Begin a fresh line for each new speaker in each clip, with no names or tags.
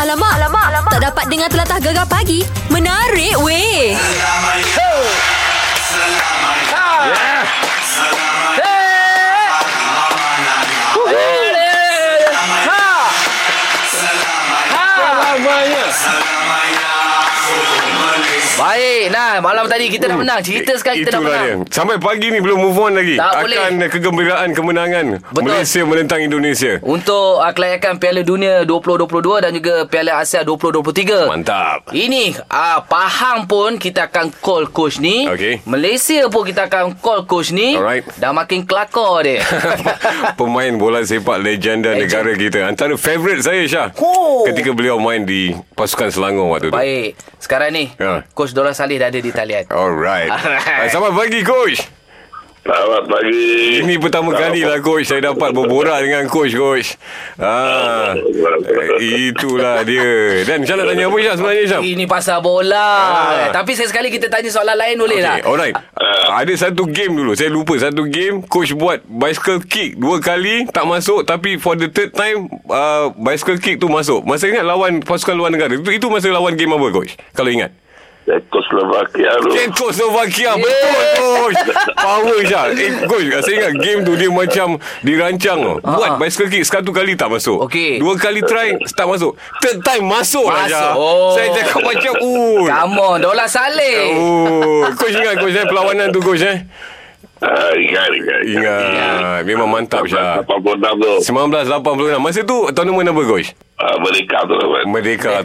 Alamak, alamak, alamak. Tak dapat dengar telatah gegar pagi. Menarik weh.
Ah. Baik nah Malam tadi kita dah menang Cerita sekali kita dah
Itulah
menang
dia. Sampai pagi ni belum move on lagi.
Tak
Akan
boleh.
kegembiraan kemenangan
Betul.
Malaysia menentang Indonesia.
Untuk uh, kelayakan Piala Dunia 2022 Dan juga Piala Asia 2023
Mantap.
Ini uh, Pahang pun kita akan call coach ni
Okey.
Malaysia pun kita akan call coach ni
Alright.
Dah makin kelakar dia
Pemain bola sepak legenda
Legend.
negara kita. Antara favourite saya Syah.
Oh.
Ketika beliau main di pasukan Selangor waktu tu.
Baik Sekarang ni
Ya.
Coach Dora Salih dah ada di talian
Alright.
Alright.
Alright. Selamat pagi coach.
Selamat pagi.
Ini pertama kali lah coach saya dapat berborak dengan coach coach. Ah, eh, itulah dia. Dan Syah nak tanya apa Syah sebenarnya Syah?
Ini pasal bola
Oh. Ah. Oh,
Tapi sekali-sekali kita tanya soalan lain boleh
Okay,
tak? Ah.
alright. Ada satu game dulu. Saya lupa satu game coach buat bicycle kick dua kali tak masuk tapi for the third time uh, bicycle kick tu masuk. Masa ingat lawan pasukan luar negara. Itu, itu masa lawan game apa coach? Kalau ingat.
Czechoslovakia tu.
Czechoslovakia betul coach. Power Syah. Eh, coach, saya ingat game tu dia macam dirancang tau. Buat
Ha.
bicycle kick satu kali tak masuk.
Okey.
Dua kali try tak masuk. Third time masuk, lah
Masuk.
Syah.
Oh.
Saya cakap macam ui.
Come on Dora Salih
Oh, coach ingat coach eh perlawanan tu coach eh.
Ah, ingat, ingat.
Ingat. Memang mantap Syah.
86 tu.
1986 Masa tu tournament apa coach?
Ah, Merdeka tu. Ahmad.
Merdeka,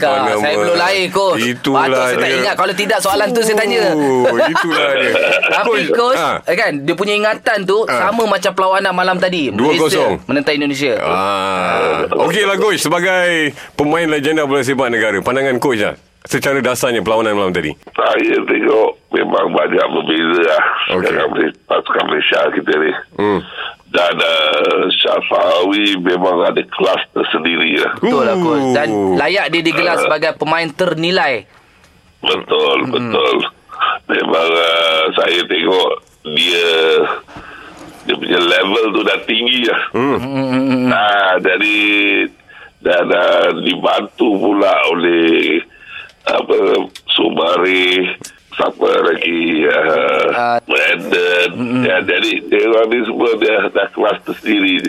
Kak,
tournament
saya belum lahir coach
Itulah
Patut saya tak
dia.
ingat Kalau tidak soalan tu saya tanya
Oh, Itulah dia
Tapi coach
ah,
eh kan dia punya ingatan tu sama macam perlawanan malam tadi.
2-0.
Malaysia menentang Indonesia.
Ah. Okey lah coach sebagai pemain legenda bola sepak negara. Pandangan coach lah secara dasarnya perlawanan malam tadi.
Saya tengok memang banyak berbeza lah.
Okey.
Sekarang Malaysia, pasukan Malaysia kita ni. Hmm. Dan uh, Syafawi memang ada kelas tersendiri lah.
Betul lah coach. Dan
Ooh. Ah.
layak dia digelar sebagai pemain ternilai.
Betul, betul. Memang uh, saya tengok dia dia punya level tu dah tinggi lah. Hmm. Nah, jadi dan uh, dibantu pula oleh apa Sumari siapa lagi uh,
Ah.
Brandon ya, jadi dia orang ni semua dia dah kelas tersendiri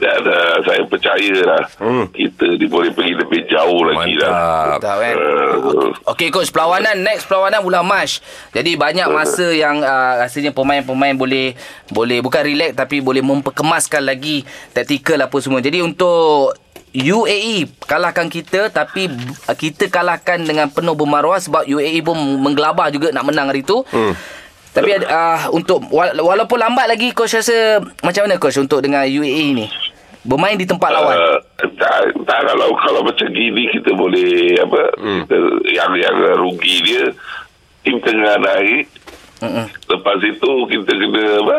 dan uh, saya percaya lah kita ni boleh pergi lebih jauh lagi lah
Mantap.
Tak kan?
Uh,
Okey coach perlawanan next perlawanan bulan Mac. Jadi banyak masa yang uh, rasanya pemain-pemain boleh boleh bukan relax tapi boleh memperkemaskan lagi taktikal apa semua. Jadi untuk UAE kalahkan kita tapi uh, kita kalahkan dengan penuh bermaruah sebab UAE pun menggelabah juga nak menang hari tu. Hmm. Tapi ada, uh, untuk wala- walaupun lambat lagi coach rasa macam mana coach untuk dengan UAE ni? Bermain di tempat lawan.
Uh, tak, tak kalau kalau macam gini kita boleh apa
Hmm.
kita, yang yang rugi dia tim tengah naik
Mm-mm.
lepas itu kita kena apa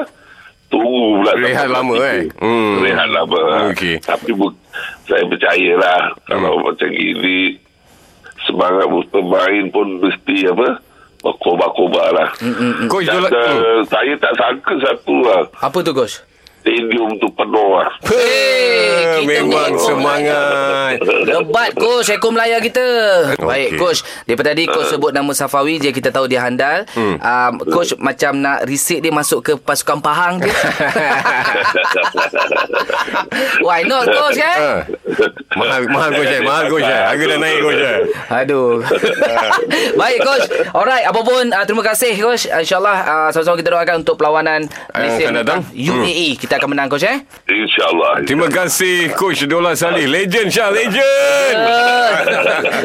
tunggu pula
Rehat
sampai
lama,
tiga.
eh? Hmm.
rehat lama
Okey. Hmm.
tapi bu, saya percayalah kalau macam gini semangat pemain pun mesti apa berkobar-kobar lah
Coach
Dan,
Dolak. Hmm.
uh, saya tak sangka satu lah
Apa tu coach?
stadium tu penuh lah
Hey, kita
Oh.
Eh.
Memang
ni-
semangat.
Lebat coach Ekor Melayu kita Baik coach Daripada tadi
Ah.
coach sebut nama Safawi je Kita tahu dia handal hmm. um, Coach macam nak risik dia masuk ke pasukan Pahang je Why not coach kan?
Ah. Mahal mahal coach eh. Mahal coach eh. Harga dah naik coach eh.
Aduh Baik coach Alright Apapun uh, Terima kasih coach InsyaAllah uh, Sama-sama kita doakan Untuk perlawanan Malaysia
Eh, akan datang. Hmm.
menentang UAE Kita akan menang coach eh
InsyaAllah
Terima kasih coach Dola Salih. Legend Syah, legend.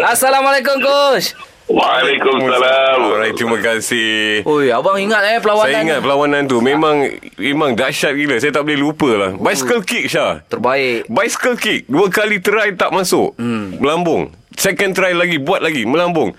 Assalamualaikum coach
Waalaikumsalam.
Alright, terima kasih.
Oi, abang ingat eh perlawanan
Saya ingat perlawanan tu memang memang dahsyat gila. Saya tak boleh lupa lah. Bicycle kick Syah.
terbaik.
Bicycle kick Dua kali try tak masuk hmm. Melambung Second try lagi Buat lagi Melambung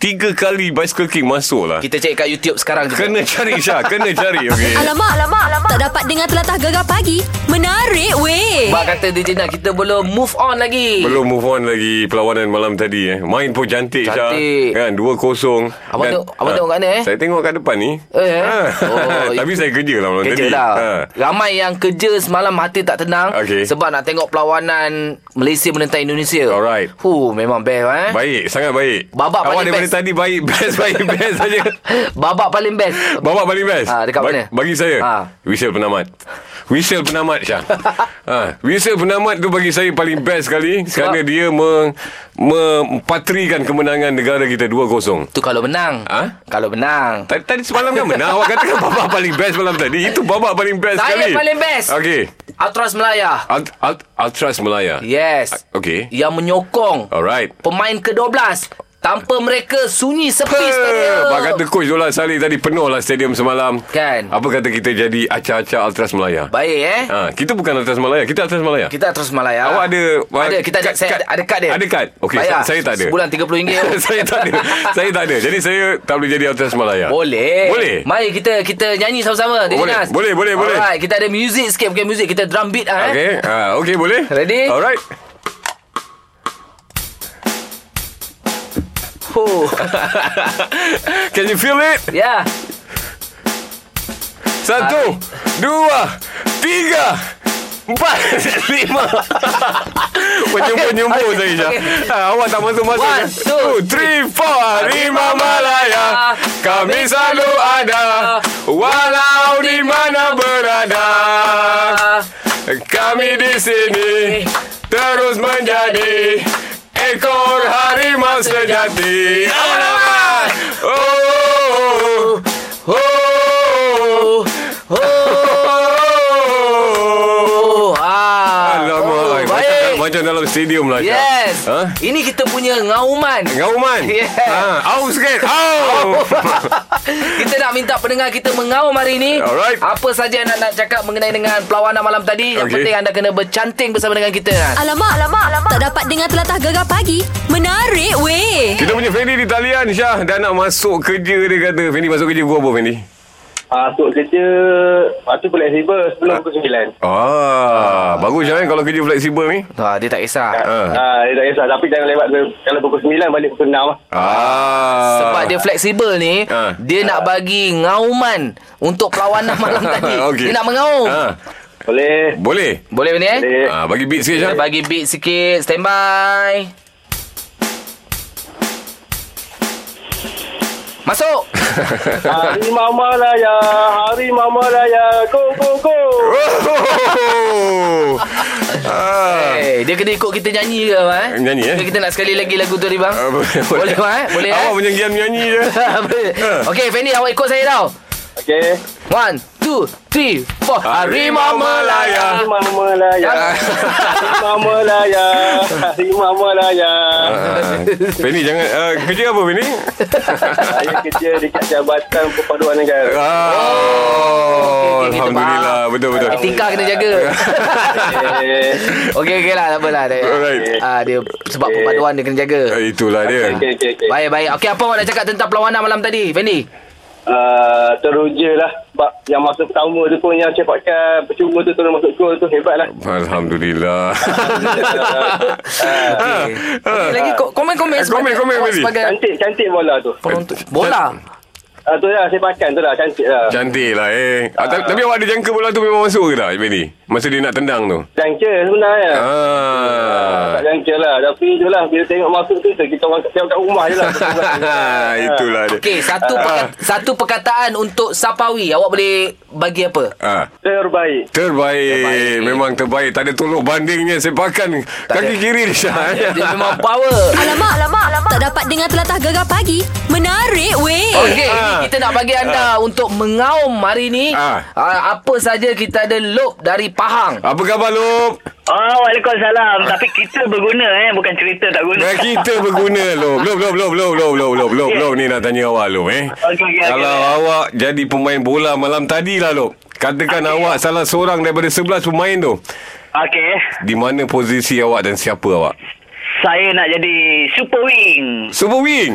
Tiga kali bicycle kick masuk lah.
Kita cek kat YouTube sekarang juga.
Kena cari Syah. Kena cari. Okay.
Alamak, alamak, alamak. Tak dapat dengar telatah gegar pagi. Menarik weh.
Bak kata DJ Nat kita belum move on lagi.
Belum move on lagi perlawanan malam tadi eh. Main pun cantik Syah.
Cantik.
Kan 2-0.
Abang
Dan- Ha.
tengok- abang tengok kat mana, eh?
Saya tengok kat depan ni.
Eh, eh?
Oh,
Oh,
Tapi saya kerja lah malam
Kerja
tadi.
lah
Ha.
Ramai yang kerja semalam hati tak tenang
Okey.
Sebab nak tengok perlawanan Malaysia menentang Indonesia
Alright.
Huh, memang best eh
Baik, sangat baik.
Babak
Awak
paling
daripada
best.
tadi baik, best, baik, best saja.
Babak paling best
Babak paling best.
Ah, dekat mana?
Bagi saya.
Ah.
Whistle penamat. Whistle penamat Syah. ha, whistle penamat tu bagi saya paling best sekali
Sebab-
kerana dia meng, mempatrikan kemenangan negara kita 2-0.
Tu kalau menang
Ha?
Kalau menang
Tadi, tadi semalam kan benar Awak katakan babak paling best malam tadi Itu babak paling best
Saya
sekali
paling best.
Okay
Atras Melaya
Alt, alt, Altras Melaya
Yes
Okay
Yang menyokong
Alright
Pemain ke-12 Tanpa mereka sunyi sepi
Eh,
stadium
Pak kata Coach Dolan Saleh tadi penuh lah stadium semalam
Kan.
Apa kata kita jadi acah-acah Altras Melaya
Baik eh
ha, Kita bukan Altras Melaya Kita Altras Melaya
Kita Atras Melaya
Awak ada
Ada kita ada, saya ada, ada kad dia
Ada kad Okay
Bayar.
saya, saya tak ada
Sebulan RM30
Saya tak ada Saya tak ada Jadi saya tak boleh jadi Altras Melaya
Boleh.
Boleh
Mari kita kita nyanyi sama-sama. Didi
Boleh,
Nas.
boleh, boleh, boleh.
Alright, kita ada music sikit bukan music, kita drum beat ah. Eh.
Okay, ha, okay boleh?
Ready?
Alright
Oh.
Can you feel it?
ya.
Satu, dua, tiga, empat, lima. Penyumbur-nyumbur saya je. Ha, awak tak masuk-masuk.
One,
je.
two,
three, four. Lima Malaya. Kami selalu ada. Walau di mana berada.
Ah,
Kami di sini. Terus menjadi. Ekor harimau sejati. Alamak. Oh. Oh.
Oh,
Oh.
ah.
Alamak.
Oh,
Macam,
baik.
macam dalam stadium lah. Syah.
Yes.
Ha?
Ini kita punya ngauman.
Ngauman.
Yeah.
Ha, au sikit. Au.
kita nak minta pendengar kita mengaum hari ini.
Alright.
Apa saja yang nak, nak cakap mengenai dengan perlawanan malam tadi. Yang
Okay.
penting anda kena bercanting bersama dengan kita. ha.
Alamak, alamak, alamak. Tak dapat dengar telatah gegar pagi. Menarik weh.
Kita punya Fendi di talian Syah dah nak masuk kerja dia kata. Fendi masuk kerja gua apa Fendi?
Ah, Masuk kerja Waktu fleksibel Sebelum pukul 9
Ah, bagus Syah eh, kalau kerja fleksibel ni.
Ha, dia tak kisah.
Ah.
Ah, dia tak kisah Tapi jangan lewat ke- Kalau pukul 9 Balik pukul 6 lah
Ah.
Sebab dia fleksibel ni
Ha.
Dia nak bagi ngauman Untuk perlawanan malam tadi
Okey.
Dia nak mengaum
Ah,
Boleh
boleh.
Boleh ni eh
Boleh
Ah, bagi beat sikit
Kita
Syah.
bagi beat sikit Stand by Masuk
Hari Mama Raya Hari Mama Raya Go go go
Oh. ah.
hey, Eh, Dia kena ikut kita nyanyi ke bang, eh?
Nyanyi, eh?
Okey, Kita nak sekali lagi lagu tu ni bang
Ah, boleh,
Boleh bang eh? Boleh eh
Awak macam giam nyanyi je.
Boleh.
ah.
Okey Fendi awak ikut saya tau
Okay
One, two, three, four
Harimau Melaya.
Hari Mama Raya
Ah.
Hari Mama Raya Hari Mama Raya
Ah. Fendi jangan ah, kerja apa Fendi?
Saya kerja dekat Jabatan Perpaduan Negara
Ah.
okey, kita
Alhamdulillah
faham.
betul betul.
Etika kena jaga
Okay
Okey okey lah tak apalah dia,
Alright.
ah, dia sebab
Okey.
perpaduan dia kena jaga
Ah, Itulah dia.
Okay okay, okay.
Baik baik Okey apa awak nak cakap tentang perlawanan malam tadi Fendi
Eh,
Uh, teruja lah sebab yang masuk pertama tu pun yang cepatkan percuma tu terus masuk gol tu hebat lah
Alhamdulillah.
Ah,
okay. Okey, Lagi ko- komen-komen
Eh, komen, komen,
awak
Fendi. Eh,
sebagai
cantik cantik bola tu
penonton Bola
uh, tu lah sepakan tu lah cantik lah
Cantik lah eh. Ah, ta- tapi awak ada jangka bola tu memang masuk ke tak, Benny? Masa dia nak tendang tu.
jangka sebenarnya
Eh.
Ah.
tak jangka lah tapi tu lah bila tengok masuk tu tu kita orang tengok kat rumah je lah
Ah, Itulah dia.
Okey satu
Ah.
perka- satu perkataan untuk Sapawi awak boleh bagi apa
Ah.
terbaik
Terbaik.
Terbaik.
Memang terbaik Tak ada tolok bandingnya Sepakan Kaki kiri dia Syah
Dia memang power
Alamak, alamak, alamak. Tak dapat dengar telatah gegar pagi. Menarik weh.
Okey,
Ah.
ini kita nak bagi anda untuk mengaum hari ni.
Ah.
Ah, apa saja kita ada lop dari Pahang.
Apa khabar Lop?
Oh, Waalaikumsalam. Tapi kita berguna eh. Bukan cerita tak guna.
Nah, kita berguna Lop Lop Lop Lop Lop Lop Lop Lop Lop Lop ni nak tanya awak Lop eh
Okey, okey,
Kalau
okey.
awak jadi pemain bola malam tadi lah Lop Katakan awak salah seorang daripada 11 pemain tu
Okey.
Di mana posisi awak dan siapa awak?
Saya nak jadi super wing.
Super Wing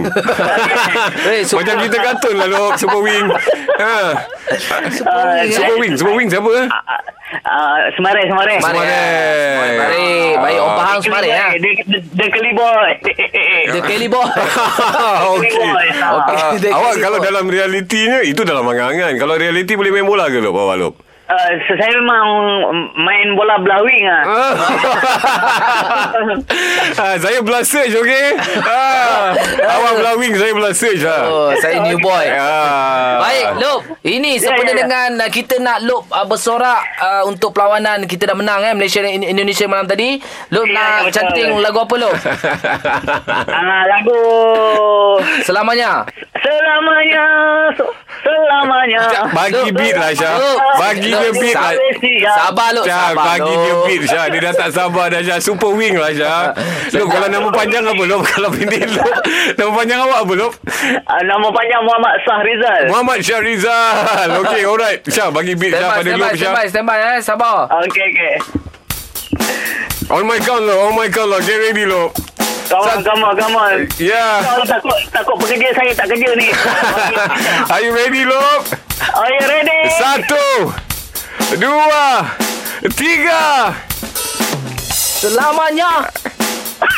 Eh, super-
Macam cerita kartun lah Lok Super Wing ha.
Ah,
Super Wing Super Wing siapa eh?
ah, ah, Semarai, semarai.
Semarai.
Semarai.
Semarai. Baik, orang faham semarai.
Keliboy,
Ha?
Dia, dia, dia Eh, keliboy.
The Kelly Boy.
Ha, Okey.
Okey.
Ah,
Dia keliboy.
awak kalau dalam realitinya itu dalam angan-angan. Kalau realiti boleh main bola ke Lop awak Lop?
Uh, saya memang main bola belah wing ah.
ah, saya belah search okey. Ah, awak belah wing saya belah search lah.
Oh, saya new boy.
Ah.
Baik, Lop. Ini
Ya,
sempena
ya, ya.
dengan uh, kita nak Lop uh, bersorak uh, untuk perlawanan kita dah menang eh Malaysia dan In- Indonesia malam tadi. Lop
Ya,
nak
ya, betul.
canting lagu apa Lop?
Ah, lagu
Selamanya.
selamanya Se- selamanya.
Jap, Bagi
Lop.
beat lah Syah.
Lop.
Bagi
Lop,
dia beat lah.
sab- Sabar Lop,
Syah,
sabar.
bagi
Lop.
dia beat Syah. Dia dah tak sabar dah Syah. Super wing lah Syah. Lop, kalau nama panjang apa Lop? Kalau pendek Lop. Nama panjang awak apa Lop?
Ah, nama panjang Muhammad Sahrizal.
Muhammad Syahrizal. Okey, alright. Syah, bagi beat
Stand
Syah
by,
pada
stand by,
Lop
stand
Syah.
by, stand by eh. Sabar.
Okey okey.
On my count Lop. On my count Lop. Get ready Lop.
Kawan kawan kawan.
Yeah.
Kalau takut takut pekerja saya tak kerja ni. Okey.
Are you ready, Lop?
Are you ready?
Satu, dua, tiga.
Selamanya.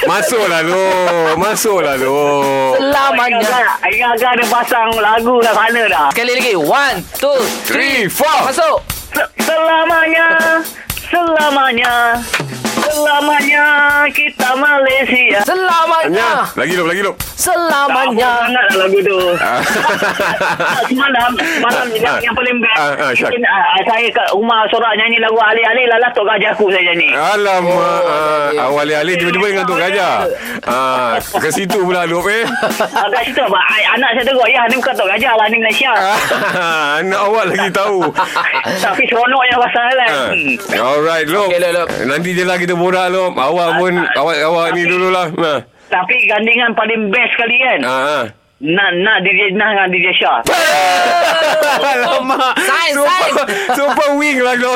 Masuklah, Lop. Masuklah, Lop.
Selamanya.
Agak-agak agak dia pasang lagu dah sana dah.
Sekali lagi. One, two, three.
Three, four.
Masuk.
Se- Selamanya, selamanya, selamanya kita Malaysia.
Selamanya.
Nya. Ya. Lagi, Lop. Lagi, Lop.
Banyak
Selamanya.
sangat lah lagu tu.
Ah.
Semalam, semalam yang, yang paling best.
Ah, ah, Syak.
mungkin, ah, saya kat rumah sorak nyanyi lagu alih-alih lalah tok gajah aku saya nyanyi.
Ah. Alamak.
Oh,
ah, Awal-alih tiba-tiba dengan Tok Gajah. Ah, ke situ pula, Lop, eh.
Ah, kat situ abang, ai- anak saya teruk. Ya, ni bukan tok gajah lah, ni Malaysia.
Ah, Anak awak lagi tahu.
Tapi seronoknya pasal
Eh.
kan.
Ah.
Hmm.
Alright, Lop.
Okey, Lop, Lop.
Nanti je lah kita borak, Lop. Awak pun, awak-awak ni dululah. Nah.
Tapi gandingan paling best sekali kan.
Eh.
Ah, ah.
Nak nak DJ Nah dengan DJ Syah.
Alamak
Sains,
Super,
sains.
super wing lah Lok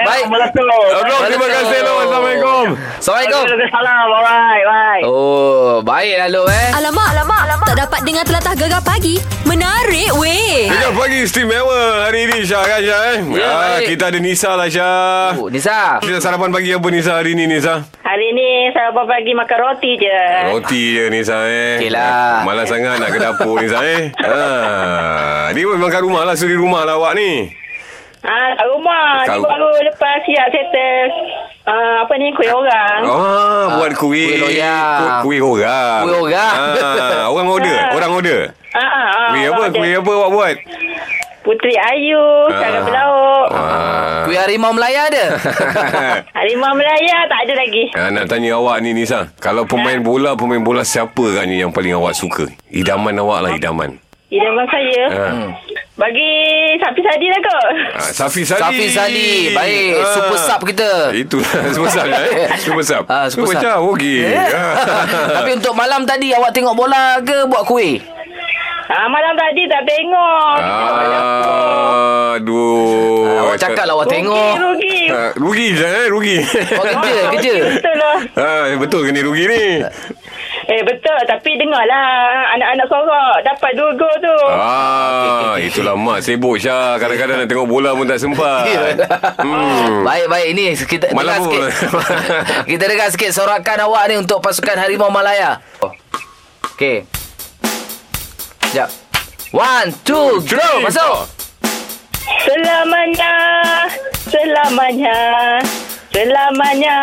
Baik.
Eh, meletup.
Lok terima kasih Lok Assalamualaikum
Assalamualaikum.
Waalaikumsalam. Alright, bye.
Oh, baiklah Lop eh.
Alamak, alamak, alamak. Tak dapat dengar telatah gegar pagi. Menarik weh.
Tiga pagi istimewa hari ini Syah kan Syah eh
Ya,
ah,
baik.
Kita ada Nisa lah Syah
Oh, Nisa.
Kita sarapan pagi apa Nisa hari ni Nisa?
Hari ni sarapan pagi makan roti je.
Eh.
Roti je Nisa eh
Eh. Okey lah.
Malas sangat nak ke dapur Nisa eh ah, Ni pun memang kat rumah lah Suri rumah lah awak ni
Ah, kat rumah. Ni
Kat-
baru lepas siap settle. Ah, apa ni, kuih orang.
Ah, buat kuih
kuih loyang.
Ku- Kuih orang
Kuih orang.
ah, Orang order Orang order
Ah, ah, ah,
Kuih apa?
orang
Kuih
ada.
apa awak buat?
Puteri Ayu,
Ah.
Sarang Pelauk.
Wah.
Kuih harimau Melaya ada.
Harimau Melaya tak ada lagi.
Ha, nak tanya awak ni Nisa Kalau pemain bola Pemain bola siapa kan ni Yang paling awak suka Idaman awak lah Idaman
Idaman saya.
ha.
Bagi sapi sadi lah kot.
ha. Safi Sali Ah.
Safi Sali. Baik, super sub kita.
Itulah Super sub lah eh Super sub
Ah, super sub.
sub Okey
Eh? Tapi untuk malam tadi awak tengok bola ke buat kuih?
Ah, malam tadi tak tengok.
Ah, Aduh
Awak cakap lah awak tengok.
Rugi, rugi.
Ah, Rugi je eh Rugi
Awak kerja,
Ah,
kerja.
rugi Betul lah.
ha, Betul ke ni rugi ni
Eh, betul. Tapi dengarlah anak-anak sorak. Dapat dua gol tu.
Ah, itulah mak sibuk Syah Kadang-kadang nak tengok bola pun tak sempat hmm.
Baik baik ini kita
Malam
dengar sikit.
pun.
kita dengar sikit sorakan awak ni untuk pasukan Harimau Malaya. Okey. Sekejap. One, two, go. Masuk.
Selamanya, selamanya, selamanya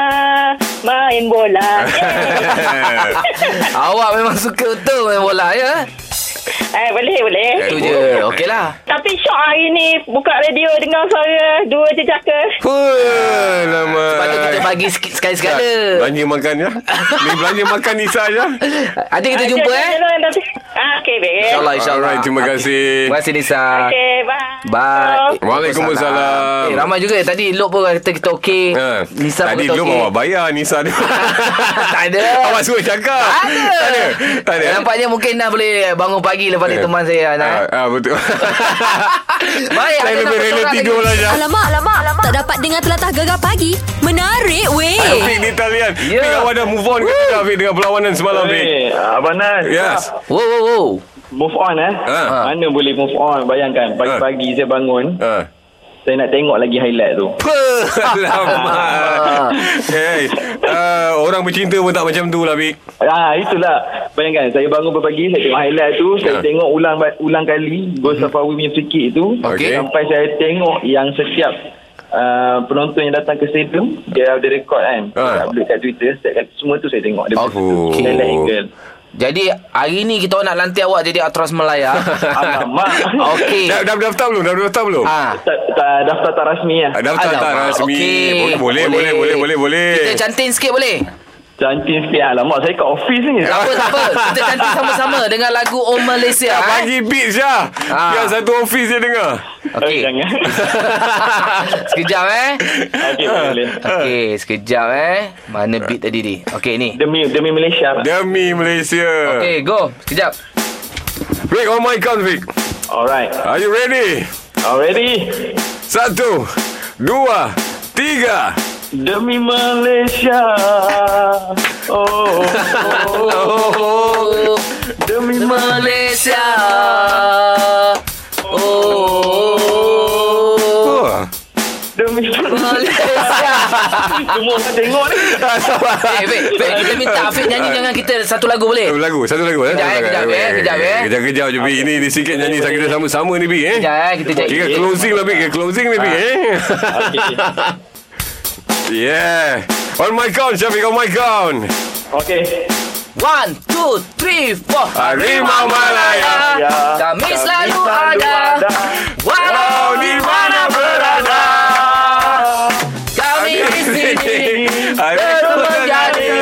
main bola.
Awak memang suka betul main bola ya.
eh, boleh, boleh.
Itu je. Okeylah.
Tapi syok hari ni buka radio dengar suara dua jejaka.
Puh, lama.
Patut kita bagi sikit- sekali-sekala.
Belanja makan ya. Ni belanja makan Nisa je.
Nanti kita jumpa eh.
Ah, Jangan, jangan, tapi- Ah, okay, baik.
InsyaAllah, insyaAllah.
Alright, terima
Okey.
kasih.
Terima kasih, Nisa.
Okay, bye.
Bye.
Waalaikumsalam.
Eh, ramai juga. Tadi Lok pun kata kita okey.
Ha.
Nisa
Tadi
pun kata
lu
okey.
awak bayar Nisa ni.
Tak ada.
awak suruh cakap.
Tak ada.
Tak ada.
Nampaknya mungkin dah boleh bangun pagi lepas ni
Eh.
teman saya. Nah.
Ah, ah, betul.
Baik,
Saya
ada
lebih
satu
rela
orang
tidur lah Jah.
Alamak, alamak, alamak. Tak dapat dengar telatah gegar pagi. Menarik,
Fik
weh.
di talian.
Ya.
Fik awak dah move on ke tidak Fik dengan perlawanan semalam Fik?
Hey, Abang Nas
Yes.
Wow, wow, wow.
Move on eh
Ha.
Mana boleh move on Bayangkan Pagi-pagi saya bangun
Ah.
Saya nak tengok lagi highlight tu
Alamak. hey, uh, orang bercinta pun tak macam tu lah, Bik.
Ah itulah Bayangkan Saya bangun pagi Saya tengok highlight tu Saya
Ha. Hmm.
tengok ulang ulang kali Ghost Safawi punya free kick tu
Okey.
Sampai saya tengok Yang setiap uh, Penonton yang datang ke stadium Dia ada rekod kan
Ha.
Saya Upload kat Twitter setiap kali, Semua tu saya tengok Dia
Oh.
okay. Highlight angle
Jadi hari ni kita orang nak lantik awak jadi atras Melaya.
Alamak.
Okey.
Dah, dah daftar belum? Dah daftar belum?
Ah.
tak, tak, Daftar tak rasmi lah
Ah, Daftar tak
Alamak,
rasmi.
okey.
Boleh, boleh, boleh, boleh, boleh, boleh.
Kita cantin sikit boleh?
Cantik sikit Alamak saya kat office ni
Tak apa, tak apa. Kita cantin sama-sama dengan lagu Oh Malaysia.
Dah
eh.
bagi beat Syah.
Ah.
Yang satu ofis dia dengar.
Okey.
Eh, Jangan
sekejap eh.
Ah,
Okey boleh
Okey, sekejap eh. Mana beat tadi ni? Okey ni.
Demi demi Malaysia Pak.
Demi Malaysia. Okay.
Okey, go. Sekejap.
Fik, on my count, Fik.
Alright
Are you ready?
Already
Satu, dua, tiga.
Demi Malaysia Oh, oh, oh.
Oh,
Demi Malaysia
Malaysia. Oh.
Oh.
Demi
Malaysia.
Semua orang tengok ni
Eh, Fik, Fik, kita minta Afiq nyanyi dengan kita satu lagu
Satu
boleh?
lagu, satu lagu eh.
Kejap, eh, kejap, eh, kejap, eh.
Kejap kejap je Bi. Ini ni sikit nyanyi sama kita sama-sama ni Bi eh.
Sekejap eh, kita cek.
Kira closing lah Bi, kira closing ni Bi eh. Yeah. On my count, Syafiq, on my count.
Okay
One, two, three, four.
Harimau Malaya.
Kami selalu ada.
Kau
Walau
di mana berada.
Kami di sini.
Aku
Terus menjadi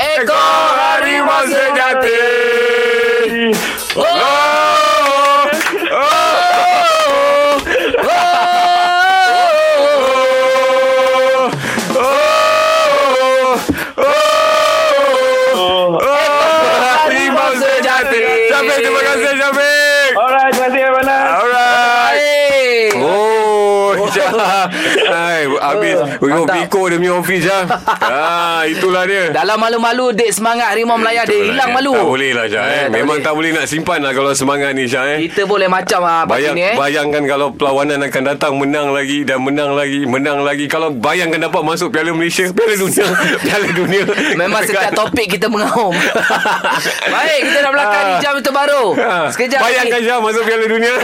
ekor harimau sejati. Oh,
Oh. Oh. Harimau sejati. Syafiq, terima kasih Syafiq.
Alright terima kasih Abang Nas
Alright.
hey.
Oh, Jah. Hai, habis. Oh,
mantap.
Biko demi office Jah. Ah, itulah dia.
Dalam malu-malu Dek semangat Harimau Melaya Dia
Itulah
hilang
dia.
malu
Tak boleh lah Jah. Eh.
Eh, tak
Memang
boleh.
tak boleh nak simpan lah kalau semangat ni Jah. Eh.
Kita boleh macam ah, pagi
Bayang,
ni eh
Bayangkan kalau perlawanan akan datang Menang lagi dan menang lagi Menang lagi Kalau bayangkan dapat masuk Piala Malaysia Piala Dunia Piala Dunia
Memang
kan.
setiap topik kita mengaum Baik kita dah belakang ni
Ah.
jam itu baru
Ha.
Sekejap
Bayangkan
lagi.
Jah masuk Piala Dunia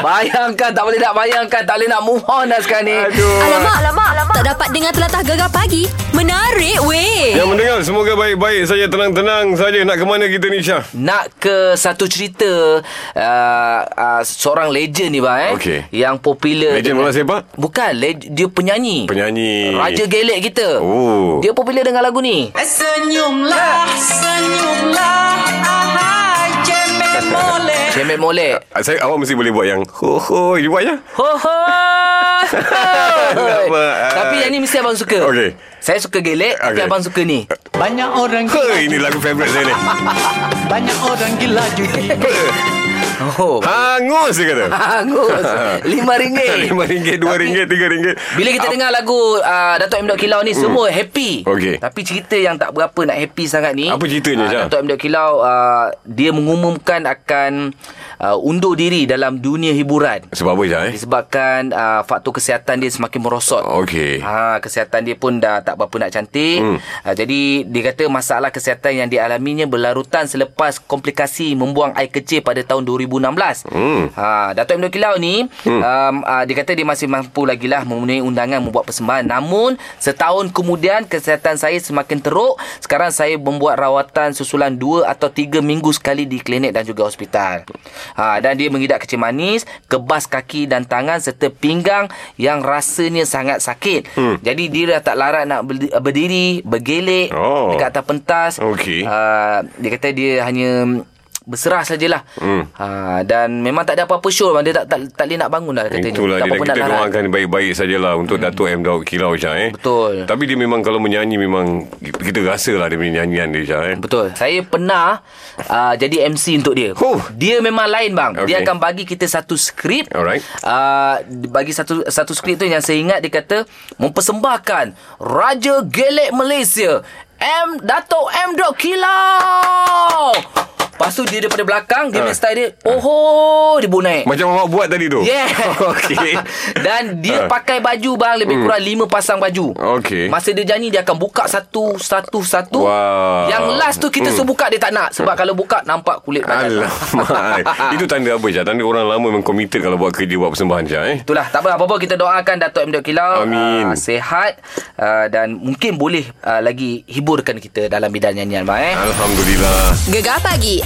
Bayangkan Tak boleh nak bayangkan Tak boleh nak move on dah sekarang ni
Aduh
Alamak, alamak, alamak. Tak dapat dengar telatah gegar pagi. Menarik, weh.
Yang mendengar semoga baik-baik saja tenang-tenang saja nak ke mana kita ni Syah?
nak ke satu cerita uh, uh, seorang legend ni bang eh
Okey.
yang popular
Legend bola sepak?
bukan leg, dia penyanyi
Penyanyi.
raja gelek kita
Oh.
dia popular dengan lagu ni
Eh, Senyumlah, senyumlah, ahai cemen molek.
Cemek Molek
Ah, Saya awak mesti boleh buat yang ho ho you buat ya? je.
Ho ho
Kenapa?
Tapi yang ni mesti abang suka
Okey.
Saya suka gelek Tapi
Okey.
abang suka ni
Banyak orang
Ha
gila,
ini lagu favorite saya ni.
banyak orang gila judi.
Oh
Hangus dia kata.
Bagus Lima ringgit
Lima ringgit, dua
Tapi,
ringgit, tiga ringgit.
Bila kita
Ap- Hmm.
dengar lagu uh, Dato' M. Dok Kilau ni Semua happy
Okey.
Tapi cerita yang tak berapa Nak happy sangat ni
Apa ceritanya,
Ah,
Syah?
Dato' M. Dok Kilau uh, Dia mengumumkan akan uh, Undur diri dalam dunia hiburan
Sebab apa Syah eh?
Disebabkan uh, faktor kesihatan dia semakin merosot.
Okey.
Ha, kesihatan dia pun dah tak berapa nak cantik. Hmm. Ha, jadi dia kata masalah kesihatan yang dialaminya berlarutan selepas komplikasi membuang air kecil pada tahun 2016. Hmm. Ha, Dato' Ibn Kilau ni hmm. um, uh, dia kata dia masih mampu lagi lah memenuhi undangan membuat persembahan. Namun setahun kemudian kesihatan saya semakin teruk. Sekarang saya membuat rawatan susulan 2 atau 3 minggu sekali di klinik dan juga hospital. Ha, dan dia mengidap kecil manis, kebas kaki dan tangan serta pinggang yang rasanya sangat sakit. Hmm. Jadi dia dah tak larat nak berdi- berdiri, bergelek
Oh.
dekat atas pentas.
Okey.
Uh, dia kata dia hanya berserah sajalah. Hmm. Ha, dan memang tak ada apa-apa show bang. Dia tak tak, tak boleh nak bangun dah katanya.
Itulah
tak
dia
apa-apa
kita
nak larat.
doakan baik-baik sajalah untuk Datuk M Daud Kilau Syah eh.
Betul.
Tapi dia memang kalau menyanyi memang kita rasalah dia punya nyanyian dia Syah eh.
Betul. Saya pernah uh, jadi MC untuk dia.
Huh.
Dia memang lain bang. Okay. Dia
Okay.
akan bagi kita satu skrip.
Alright.
Uh, bagi satu satu skrip tu yang saya ingat dia kata mempersembahkan Raja Gelek Malaysia M Dato M Dok Kilau. Lepas tu dia daripada belakang dia
Ah.
punya style dia oho dia bunai.
Macam awak buat tadi tu.
Yeah.
Okey.
Dan dia
Ah.
pakai baju bang lebih hmm. kurang lima pasang baju.
Okey.
Masa dia nyanyi dia akan buka satu satu satu.
Wow.
Yang last tu kita
Hmm.
hmm. suruh buka dia tak nak sebab kalau buka nampak kulit badan.
Alamak Itu tanda apa Syah Tanda orang lama memang committed Kalau buat kerja Buat persembahan Syah eh
Itulah tak apa apa-apa kita doakan Dato' M. Dok Kilau
Amin.
ah, sehat ah, dan mungkin boleh ah, lagi hiburkan kita dalam bidang nyanyian bang eh.
Alhamdulillah
Gegar pagi